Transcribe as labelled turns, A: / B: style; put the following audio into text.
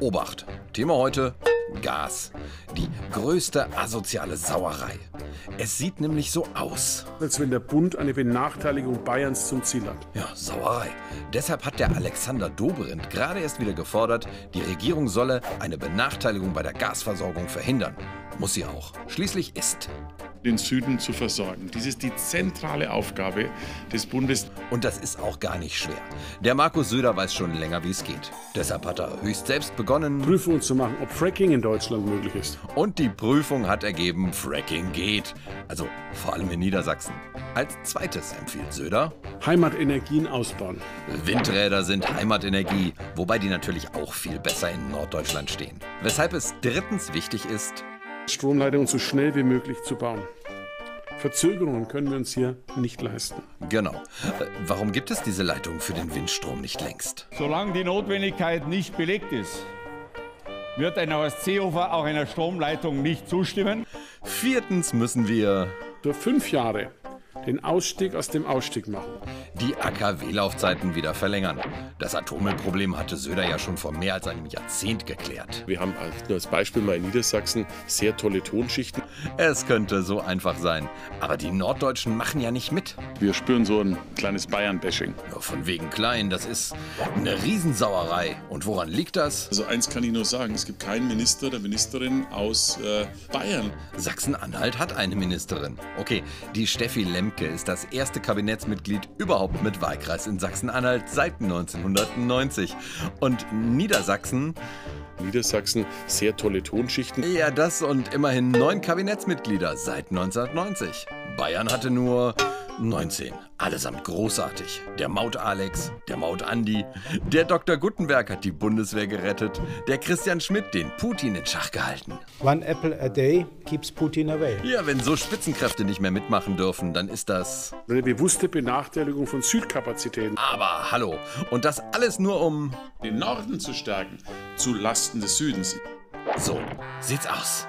A: Obacht! Thema heute: Gas. Die größte asoziale Sauerei. Es sieht nämlich so aus.
B: als wenn der Bund eine Benachteiligung Bayerns zum Ziel hat.
A: Ja, Sauerei. Deshalb hat der Alexander Dobrindt gerade erst wieder gefordert, die Regierung solle eine Benachteiligung bei der Gasversorgung verhindern. Muss sie auch. Schließlich ist.
C: den Süden zu versorgen. Dies ist die zentrale Aufgabe des Bundes.
A: Und das ist auch gar nicht schwer. Der Markus Söder weiß schon länger, wie es geht. Deshalb hat er höchst selbst begonnen
B: Prüfungen zu machen, ob Fracking in Deutschland möglich ist.
A: und die Prüfung hat ergeben, Fracking geht. Also vor allem in Niedersachsen. Als zweites empfiehlt Söder,
B: Heimatenergien ausbauen.
A: Windräder sind Heimatenergie, wobei die natürlich auch viel besser in Norddeutschland stehen. Weshalb es drittens wichtig ist,
B: Stromleitungen so schnell wie möglich zu bauen. Verzögerungen können wir uns hier nicht leisten.
A: Genau. Äh, Warum gibt es diese Leitung für den Windstrom nicht längst?
D: Solange die Notwendigkeit nicht belegt ist, wird ein Horst Seehofer auch einer Stromleitung nicht zustimmen.
A: Viertens müssen wir
B: Nur fünf Jahre den Ausstieg aus dem Ausstieg machen.
A: die AKW-Laufzeiten wieder verlängern. Das Atommüllproblem hatte Söder ja schon vor mehr als einem Jahrzehnt geklärt.
E: Wir haben als- nur als Beispiel mal in Niedersachsen sehr tolle Tonschichten.
A: Es könnte so einfach sein. Aber die Norddeutschen machen ja nicht mit.
C: Wir spüren so ein kleines Bayern-Bashing.
A: Nur von wegen klein, das ist eine Riesensauerei. Und woran liegt das?
C: Also eins kann ich nur sagen, es gibt keinen Minister oder Ministerin aus äh, Bayern.
A: Sachsen-Anhalt hat eine Ministerin. Okay, die Steffi Lemke ist das erste Kabinettsmitglied überhaupt mit Wahlkreis in Sachsen-Anhalt seit 1990. Und Niedersachsen,
E: Niedersachsen sehr tolle Tonschichten.
A: ja das und immerhin neun Kabinettsmitglieder seit 1990. Bayern hatte nur 19. Allesamt großartig. Der Maut Alex, der Maut Andi, der Dr. Gutenberg hat die Bundeswehr gerettet, der Christian Schmidt den Putin in Schach gehalten.
F: One apple a day keeps Putin away.
A: Ja, wenn so Spitzenkräfte nicht mehr mitmachen dürfen, dann ist das...
B: Eine bewusste Benachteiligung von Südkapazitäten.
A: Aber hallo. Und das alles nur um.
C: Den Norden zu stärken, zu Lasten des Südens.
A: So sieht's aus.